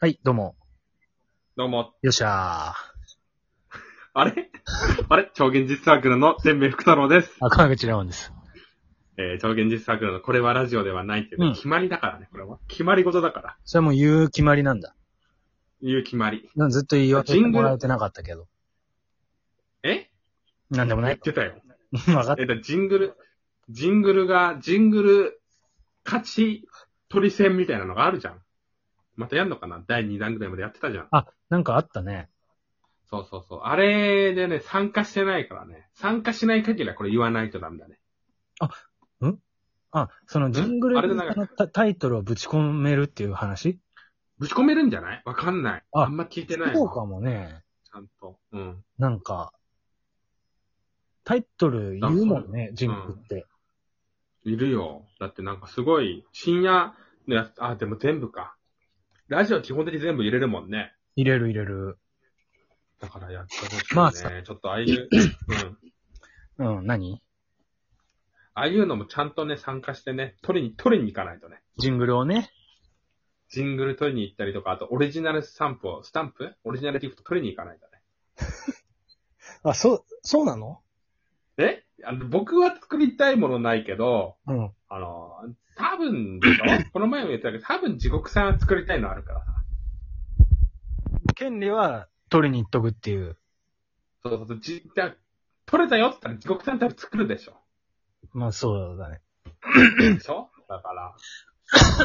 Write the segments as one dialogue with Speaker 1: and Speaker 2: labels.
Speaker 1: はい、どうも。
Speaker 2: どうも。
Speaker 1: よっしゃー。
Speaker 2: あれ あれ超現実サークルの天明福太郎です。
Speaker 1: あ、川口レオンです。
Speaker 2: えー、超現実サークルのこれはラジオではないけど、
Speaker 1: うん
Speaker 2: 決まりだからね、これは。決まり事だから。
Speaker 1: それはもう言う決まりなんだ。
Speaker 2: いう決まり。
Speaker 1: なんずっと言い訳
Speaker 2: ジング
Speaker 1: も
Speaker 2: ル
Speaker 1: らえてなかったけど。
Speaker 2: え
Speaker 1: なんでもな
Speaker 2: 言
Speaker 1: い
Speaker 2: っ。てたよ。
Speaker 1: わかっ
Speaker 2: えっと、ジングル、ジングルが、ジングル、勝ち取り戦みたいなのがあるじゃん。またやんのかな第2弾ぐらいまでやってたじゃん。
Speaker 1: た。あ、なんかあったね。
Speaker 2: そうそうそう。あれでね、参加してないからね。参加しない限りはこれ言わないとダメだね。
Speaker 1: あ、そのジングル
Speaker 2: あれでなんか
Speaker 1: のタタイトルをぶち込めるっていう話
Speaker 2: ぶち込めるんじゃないわかんない。
Speaker 1: あ
Speaker 2: あんま聞いてない
Speaker 1: そう
Speaker 2: わ。
Speaker 1: かもね。
Speaker 2: ちゃんと。うん。
Speaker 1: なんか、タイトル言うもんね、ジングルって。
Speaker 2: いるよ。だってなんかすごい、深夜のやつ、あ、でも全部か。ラジオ基本的に全部入れるもんね。
Speaker 1: 入れる入れる。
Speaker 2: だからやってほしい、ね。
Speaker 1: まあ
Speaker 2: ちょっとあ あいう、うん。
Speaker 1: うん、何
Speaker 2: ああいうのもちゃんとね、参加してね、取りに、取りに行かないとね。
Speaker 1: ジングルをね。
Speaker 2: ジングル取りに行ったりとか、あとオリジナルスタンプを、スタンプオリジナルギフト取りに行かないと
Speaker 1: あ、そう、そうなの
Speaker 2: ね。えあの僕は作りたいものないけど、
Speaker 1: うん。
Speaker 2: あの、多分でしょこの前も言ってたけど、多分地獄さんは作りたいのあるからさ。
Speaker 1: 権利は取りに行っとくっていう。
Speaker 2: そうそうそう、じ、じゃあ取れたよって言ったら地獄さん多分作るでしょ。
Speaker 1: まあそうだね。
Speaker 2: でしょだから、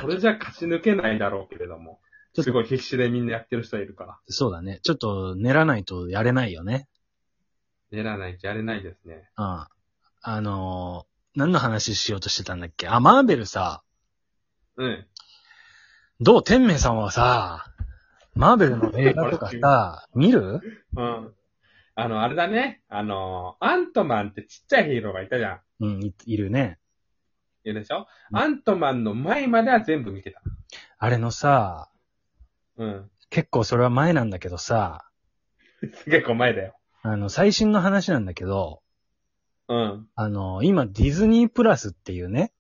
Speaker 2: それじゃ勝ち抜けないだろうけれども、
Speaker 1: ちょっと
Speaker 2: すごい必死でみんなやってる人いるから、
Speaker 1: そうだね。ちょっと練らないとやれないよね。
Speaker 2: やらないとやれないですね。
Speaker 1: あああのー何の話しようとしてたんだっけあ、マーベルさ、
Speaker 2: うん。
Speaker 1: どう天明さんはさ、マーベルの映画とか さ、見る
Speaker 2: うん。あの、あれだね、あの、アントマンってちっちゃいヒーローがいたじゃ
Speaker 1: う
Speaker 2: ん。
Speaker 1: ん、いいるね。
Speaker 2: いるでしょアントマンの前までは全部見てた。
Speaker 1: あれのさ、
Speaker 2: うん。
Speaker 1: 結構それは前なんだけどさ、
Speaker 2: 結構前だよ。
Speaker 1: あの、最新の話なんだけど、
Speaker 2: うん。
Speaker 1: あの、今ディズニープラスっていうね、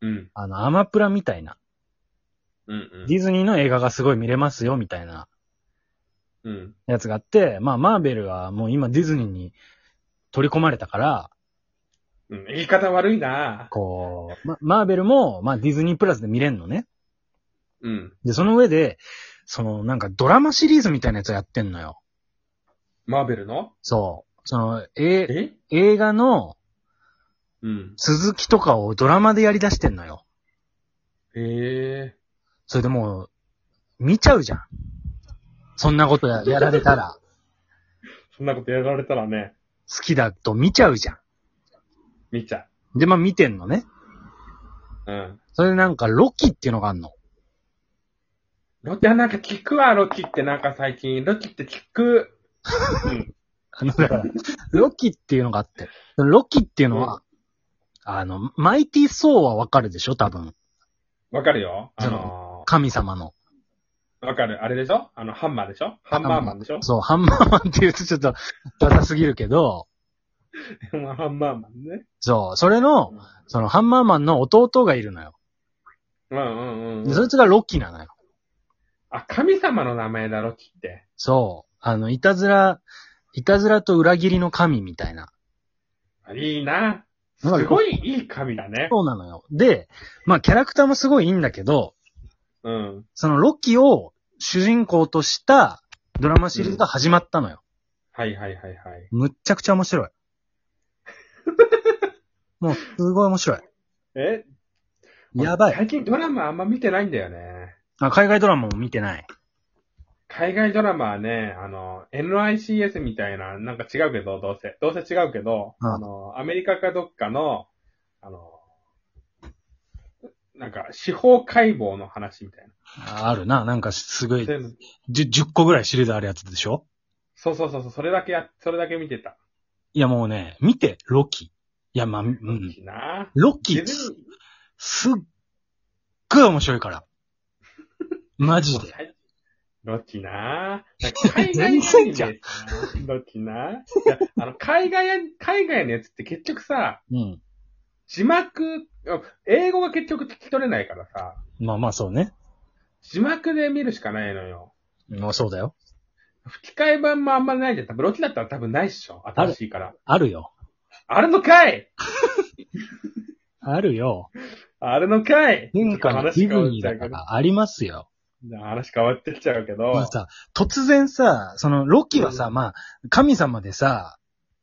Speaker 2: うん。
Speaker 1: あの、アマプラみたいな、
Speaker 2: うん。
Speaker 1: ディズニーの映画がすごい見れますよ、みたいな
Speaker 2: うん。うん。
Speaker 1: やつがあって、まあ、マーベルはもう今ディズニーに取り込まれたから、
Speaker 2: うん。言い方悪いな
Speaker 1: こう、ま、マーベルも、まあ、ディズニープラスで見れんのね。
Speaker 2: うん。
Speaker 1: で、その上で、その、なんかドラマシリーズみたいなやつをやってんのよ。
Speaker 2: マーベルの
Speaker 1: そう。その、え、
Speaker 2: え
Speaker 1: 映画の
Speaker 2: うん。
Speaker 1: 続きとかをドラマでやり出してんのよ。
Speaker 2: ええ
Speaker 1: それでもう、見ちゃうじゃん。そんなことややられたら、
Speaker 2: そんなことやられたらね、
Speaker 1: 好きだと見ちゃうじゃ
Speaker 2: 見ちゃ
Speaker 1: ん。で、まあ見てんのね。
Speaker 2: う。うん。
Speaker 1: それでなんか、ロキっていうのがあんの。
Speaker 2: ロキ、あ、なんか聞くわ、ロキってなんか最近。ロキって聞 く。うん。
Speaker 1: あの、だから、ロキっていうのがあって。ロキっていうのは、あの、マイティー・ソーはわかるでしょ多分。
Speaker 2: わかるよあの
Speaker 1: 神様の。
Speaker 2: ー、わかる。あれでしょあの、ハンマーでしょハンマーマンでしょ
Speaker 1: そう、ハンマーマンって言うとちょっと、ダサすぎるけど、
Speaker 2: ハンマーマンね。
Speaker 1: そう、それの、そのハンマーマンの弟がいるのよ。
Speaker 2: うんうん
Speaker 1: で
Speaker 2: う
Speaker 1: そい
Speaker 2: ん。
Speaker 1: つがロッキーなのよ。
Speaker 2: あ、神様の名前だ、ロキって。
Speaker 1: そう、あの、いたずら、いたずらと裏切りの神みたいな。
Speaker 2: あいいな。す
Speaker 1: なんか
Speaker 2: ごいいい神だね。
Speaker 1: そうなのよ。で、まあ、キャラクターもすごいいいんだけど、
Speaker 2: うん。
Speaker 1: そのロッキーを主人公としたドラマシリーズが始まったのよ。
Speaker 2: はいはいはいはい。
Speaker 1: むっちゃくちゃ面白い。 もう、すごい面白い。
Speaker 2: え
Speaker 1: やばい。
Speaker 2: 最近ドラマあんま見てないんだよね。
Speaker 1: あ海外ドラマも見てない。
Speaker 2: 海外ドラマはね、あの、NICS みたいな、なんか違うけど、どうせ、どうせ違うけど、
Speaker 1: うん
Speaker 2: あの、アメリカかどっかの、あの、なんか、司法解剖の話みたいな。
Speaker 1: ああるな。なんかすごい
Speaker 2: そういうの
Speaker 1: じゅ、10個ぐらいシリーズあるやつでしょ
Speaker 2: そうそうそうそう、それだけや、それだけ見てた。
Speaker 1: いやもうね、見て、ロキ。いや、まあ、うん。
Speaker 2: いいな
Speaker 1: ロキ
Speaker 2: 自
Speaker 1: ー、
Speaker 2: 分、
Speaker 1: すっごい面白いから。マジで。
Speaker 2: はいロッ キななんか海外ア
Speaker 1: 全然じゃん
Speaker 2: ニメロッキないや、あの、海外や、海外のやつって結局さ、
Speaker 1: うん。
Speaker 2: 字幕、あ英語が結局聞き取れないからさ、
Speaker 1: まあまあそうね。
Speaker 2: 字幕で見るしかないのよ。
Speaker 1: うん、そうだよ。
Speaker 2: 吹き替え版もあんまないじゃん。多分、ロキだったら多分ないっしょ。新しいから。
Speaker 1: あるよ。
Speaker 2: あるのかい
Speaker 1: あるよ。
Speaker 2: あるのかい
Speaker 1: 変化のディズニーだからありますよ。
Speaker 2: 話変わってっちゃうけど。
Speaker 1: まあさ、突然さ、その、ロキはさ、
Speaker 2: うん
Speaker 1: まあ、神様でさ、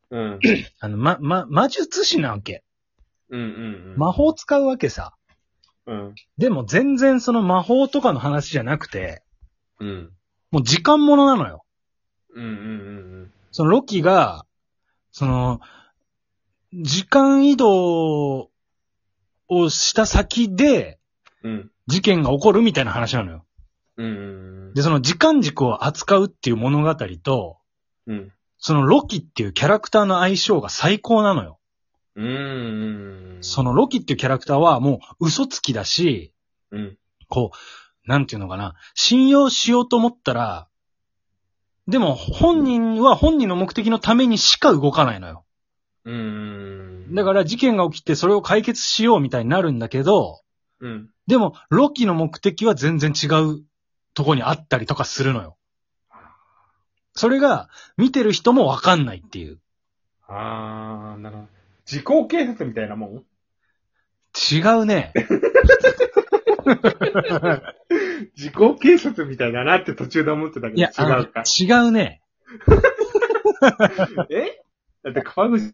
Speaker 2: うん。
Speaker 1: あの、ま、ま、魔術師なわけ。
Speaker 2: うんうんうん。
Speaker 1: 魔法使うわけさ。
Speaker 2: うん。
Speaker 1: でも全然その魔法とかの話じゃなくて、
Speaker 2: うん。
Speaker 1: もう時間ものなのよ。
Speaker 2: うんうん
Speaker 1: そのロキが、その、時間移動をした先で
Speaker 2: うんうん。うん。
Speaker 1: 事件が起こるみたいな話なのよ。
Speaker 2: うんうん
Speaker 1: で、その時間軸を扱うっていう物語と、
Speaker 2: うん。うん。
Speaker 1: そのロキっていうキャラクターの相性が最高なのよ。
Speaker 2: うんうんうん。
Speaker 1: そのロキっていうキャラクターはもう嘘つきだし、
Speaker 2: うん。
Speaker 1: こう、なんていうのかな、信用しようと思ったら、でも本人は本人の目的のためにしか動かないのよ。
Speaker 2: うんうん。、
Speaker 1: だからら事件が起きてそれを解決しようみたいになるんだけど、
Speaker 2: うん。
Speaker 1: でもロキの目的は全然違うとこにあったりとかするのよ。それが見てる人もわかんないっていう。
Speaker 2: あー、なるほど。時効警察みたいなもん
Speaker 1: 違うね。
Speaker 2: 時効警察みたいだなって途中で思ってたけど、
Speaker 1: いや、あ
Speaker 2: 違
Speaker 1: の
Speaker 2: うか。
Speaker 1: 違うね。
Speaker 2: えだって川口、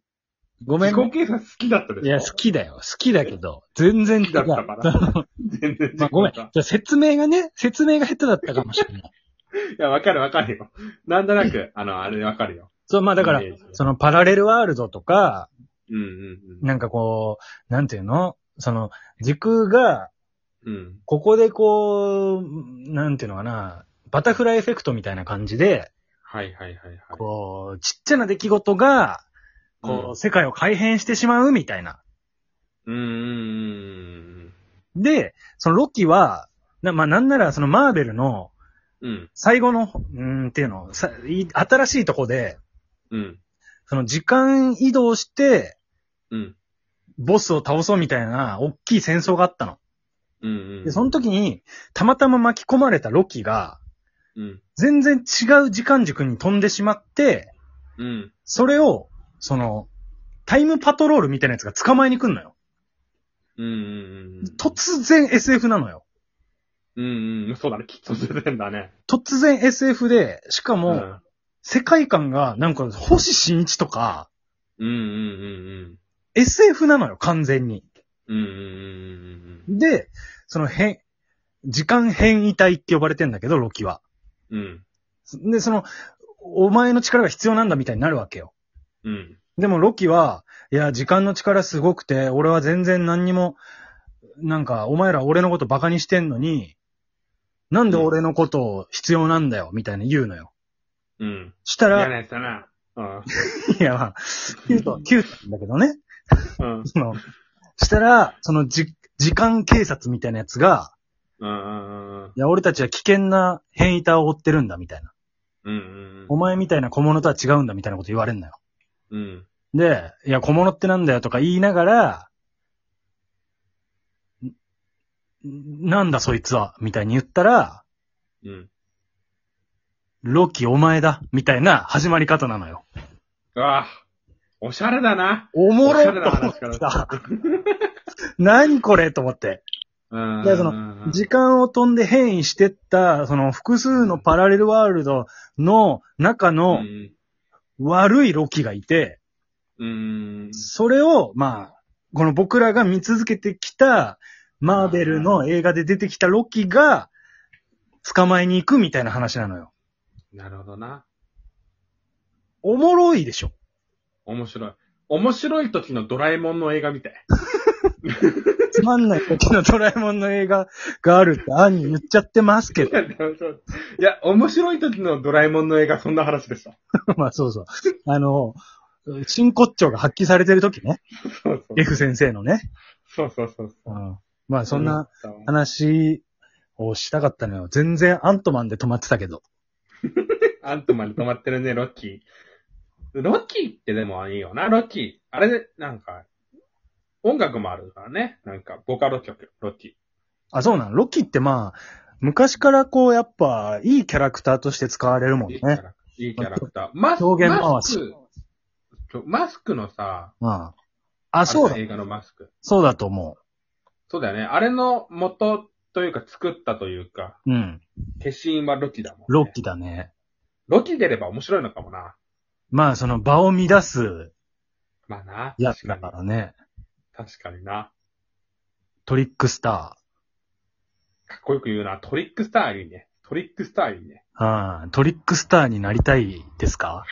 Speaker 1: ごめ
Speaker 2: 時
Speaker 1: ん、
Speaker 2: 効
Speaker 1: ね。
Speaker 2: 警察好きだったでしょ
Speaker 1: いや、好きだよ。好きだけど、全然違
Speaker 2: 好きだ
Speaker 1: う
Speaker 2: っ。たから。全然違 う
Speaker 1: まあ、ごめん。じゃあ説明がね、説明が下手だったかもしれない。
Speaker 2: いや、わかるわかるよ。なんと なく、あの、あれわかるよ。
Speaker 1: そう、まあだから
Speaker 2: イメージ、
Speaker 1: そのパラレルワールドとか、
Speaker 2: うん
Speaker 1: なんかこう、なんていうのその、時空が、
Speaker 2: うんうん。うん。
Speaker 1: ここでこう、なんていうのかな、バタフライエフェクトみたいな感じで、
Speaker 2: はいはいはいはい。
Speaker 1: こう、ちっちゃな出来事が、こう、世界を改変してしまうみたいな。
Speaker 2: うん。うんうん
Speaker 1: で、そのロキは、なまあなんならそのマーベルの
Speaker 2: うんうん。うん。
Speaker 1: 最後の、うーんっていうの、さい新しいとこで、
Speaker 2: うん。
Speaker 1: その時間移動して、
Speaker 2: うん。
Speaker 1: ボスを倒そうみたいな、大きい戦争があったの。
Speaker 2: うん。うん。
Speaker 1: で、その時に、たまたま巻き込まれたロキが、
Speaker 2: うん。
Speaker 1: 全然違う時間軸に飛んでしまって、
Speaker 2: うん。
Speaker 1: それを、その、タイムパトロールみたいなやつが捕まえに来んのよ。
Speaker 2: うん。うん。
Speaker 1: 突然 SF なのよ。
Speaker 2: うん。うん。そうだね。きっと出てんだね。
Speaker 1: 突然 SF で、しか
Speaker 2: う
Speaker 1: も、
Speaker 2: ん。
Speaker 1: 世界観が、なんか、星新一とか、
Speaker 2: うん。うん。
Speaker 1: SF なのよ、完全に。
Speaker 2: うん。うん。うん。
Speaker 1: で、その変、時間変異体って呼ばれてんだけど、ロキは。
Speaker 2: うん。うん。
Speaker 1: で、その、お前の力が必要なんだみたいになるわけよ。
Speaker 2: うん。
Speaker 1: でもロキは、いや、時間の力すごくて、俺は全然何にも、なんか、お前ら俺のことバカにしてんのに、なんで俺のことを必要なんだよ、みたいな言うのよ。
Speaker 2: うん。
Speaker 1: した
Speaker 2: 嫌
Speaker 1: ら、
Speaker 2: なやつだな。うん。
Speaker 1: いや、まあ、キュート、キュートなんだけどね。
Speaker 2: うん。
Speaker 1: その、したら、そのじ、時間警察みたいなやつが、
Speaker 2: うん。
Speaker 1: いや、俺たちは危険な変異体を追ってるんだ、みたいな。
Speaker 2: うん。
Speaker 1: お前みたいな小物とは違うんだ、みたいなこと言われんのよ。
Speaker 2: うん。
Speaker 1: で、いや、小物ってなんだよとか言いながら、んなんだそいつは、みたいに言ったら、
Speaker 2: うん。
Speaker 1: ロキお前だ、みたいな始まり方なのよ。
Speaker 2: うわおしゃれだな。
Speaker 1: おもろい
Speaker 2: おし
Speaker 1: と
Speaker 2: ゃれな
Speaker 1: 思っ
Speaker 2: 話から
Speaker 1: た。 何これと思って。
Speaker 2: うん。
Speaker 1: 時間を飛んで変異してった、その複数のパラレルワールドの中の
Speaker 2: うん。
Speaker 1: 悪いロキがいて、
Speaker 2: うん。
Speaker 1: それを、まあ、この僕らが見続けてきた、マーベルの映画で出てきたロキが、捕まえに行くみたいな話なのよ。
Speaker 2: なるほどな。
Speaker 1: おもろいでしょ。
Speaker 2: 面白い。面白い時のドラえもんの映画みたい。
Speaker 1: つまんない時のドラえもんの映画があるって、アンに言っちゃってますけ ど。
Speaker 2: いや、面白い時のドラえもんの映画、そんな話でした。
Speaker 1: まあそうそう。あの、真骨頂が発揮されてる時ね。
Speaker 2: そうそう。
Speaker 1: F 先生のね。
Speaker 2: そうそうそう。
Speaker 1: うん、まあそんな話をしたかったのよ。全然アントマンで止まってたけど。
Speaker 2: アントマンに止まってるね、ロッキー。ロッキーってでもいいよな、ロッキー。あれで、なんか、音楽もあるからね。なんか、ボカロ曲、ロッキ
Speaker 1: あ、そうなのロキってまあ、昔からこう、やっぱ、いいキャラクターとして使われるもん
Speaker 2: い
Speaker 1: ね
Speaker 2: いキ。ャラいいキャラクター。マスク、
Speaker 1: 表現回
Speaker 2: マ
Speaker 1: し
Speaker 2: スク、ちょマスクのさ、
Speaker 1: ああ。あ、そう
Speaker 2: あ
Speaker 1: だ
Speaker 2: れ。映画のマスク。
Speaker 1: そうだと思
Speaker 2: そうだよね。あれの元というか作ったというか、
Speaker 1: う。うん。
Speaker 2: 化身はロキだもん、ね。
Speaker 1: ロッキーだね。
Speaker 2: ロキ出れば面白いのかもな。
Speaker 1: まあ、その場を乱す
Speaker 2: まあな。
Speaker 1: やつ
Speaker 2: 確
Speaker 1: だ
Speaker 2: か
Speaker 1: か
Speaker 2: に。
Speaker 1: らね。
Speaker 2: 確かにな。
Speaker 1: トリックスタ
Speaker 2: かっこよく言うな。トリックスターいいね。トリックスターいいね。
Speaker 1: ー。うん。トリックスターになりたいですか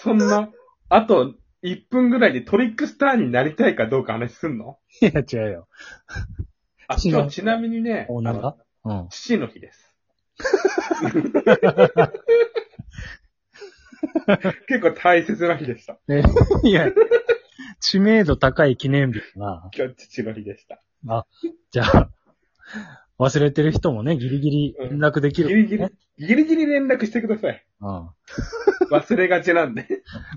Speaker 2: そんな、あと1分ぐらいでトリックスターになりたいかどうか話すんの
Speaker 1: いや、違うよ。
Speaker 2: あ、
Speaker 1: 違う
Speaker 2: 今日ちなみにね、
Speaker 1: お、なんだうん。
Speaker 2: 父の日 です。結構大切な日でした。
Speaker 1: え、いや、知名度高い記念日だな。
Speaker 2: 今日父の日でした。
Speaker 1: じゃあ、忘れてる人もね、ギリギリ連絡でき
Speaker 2: ギ
Speaker 1: る、
Speaker 2: リギリ、ギリギリ連絡してください。
Speaker 1: うん。
Speaker 2: 忘れがちなんで。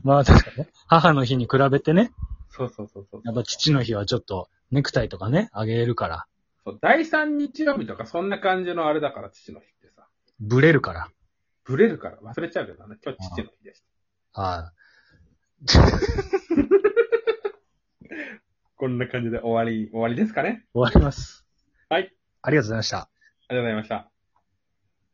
Speaker 1: まあ確かにね。母の日に比べてね、
Speaker 2: そうそうそうそう
Speaker 1: やっぱ父の日はちょっとネクタイとかね、あげれるから、
Speaker 2: そう。第3日曜日とかそんな感じのあれだから父の日ってさ。
Speaker 1: ブレるから。
Speaker 2: ブレるから忘れちゃうけどね。今日父の日でした。
Speaker 1: はい。
Speaker 2: こんな感じで終わり、終わりですかね。
Speaker 1: 終わります。
Speaker 2: はい。
Speaker 1: ありがとうございました。
Speaker 2: ありがとうございました。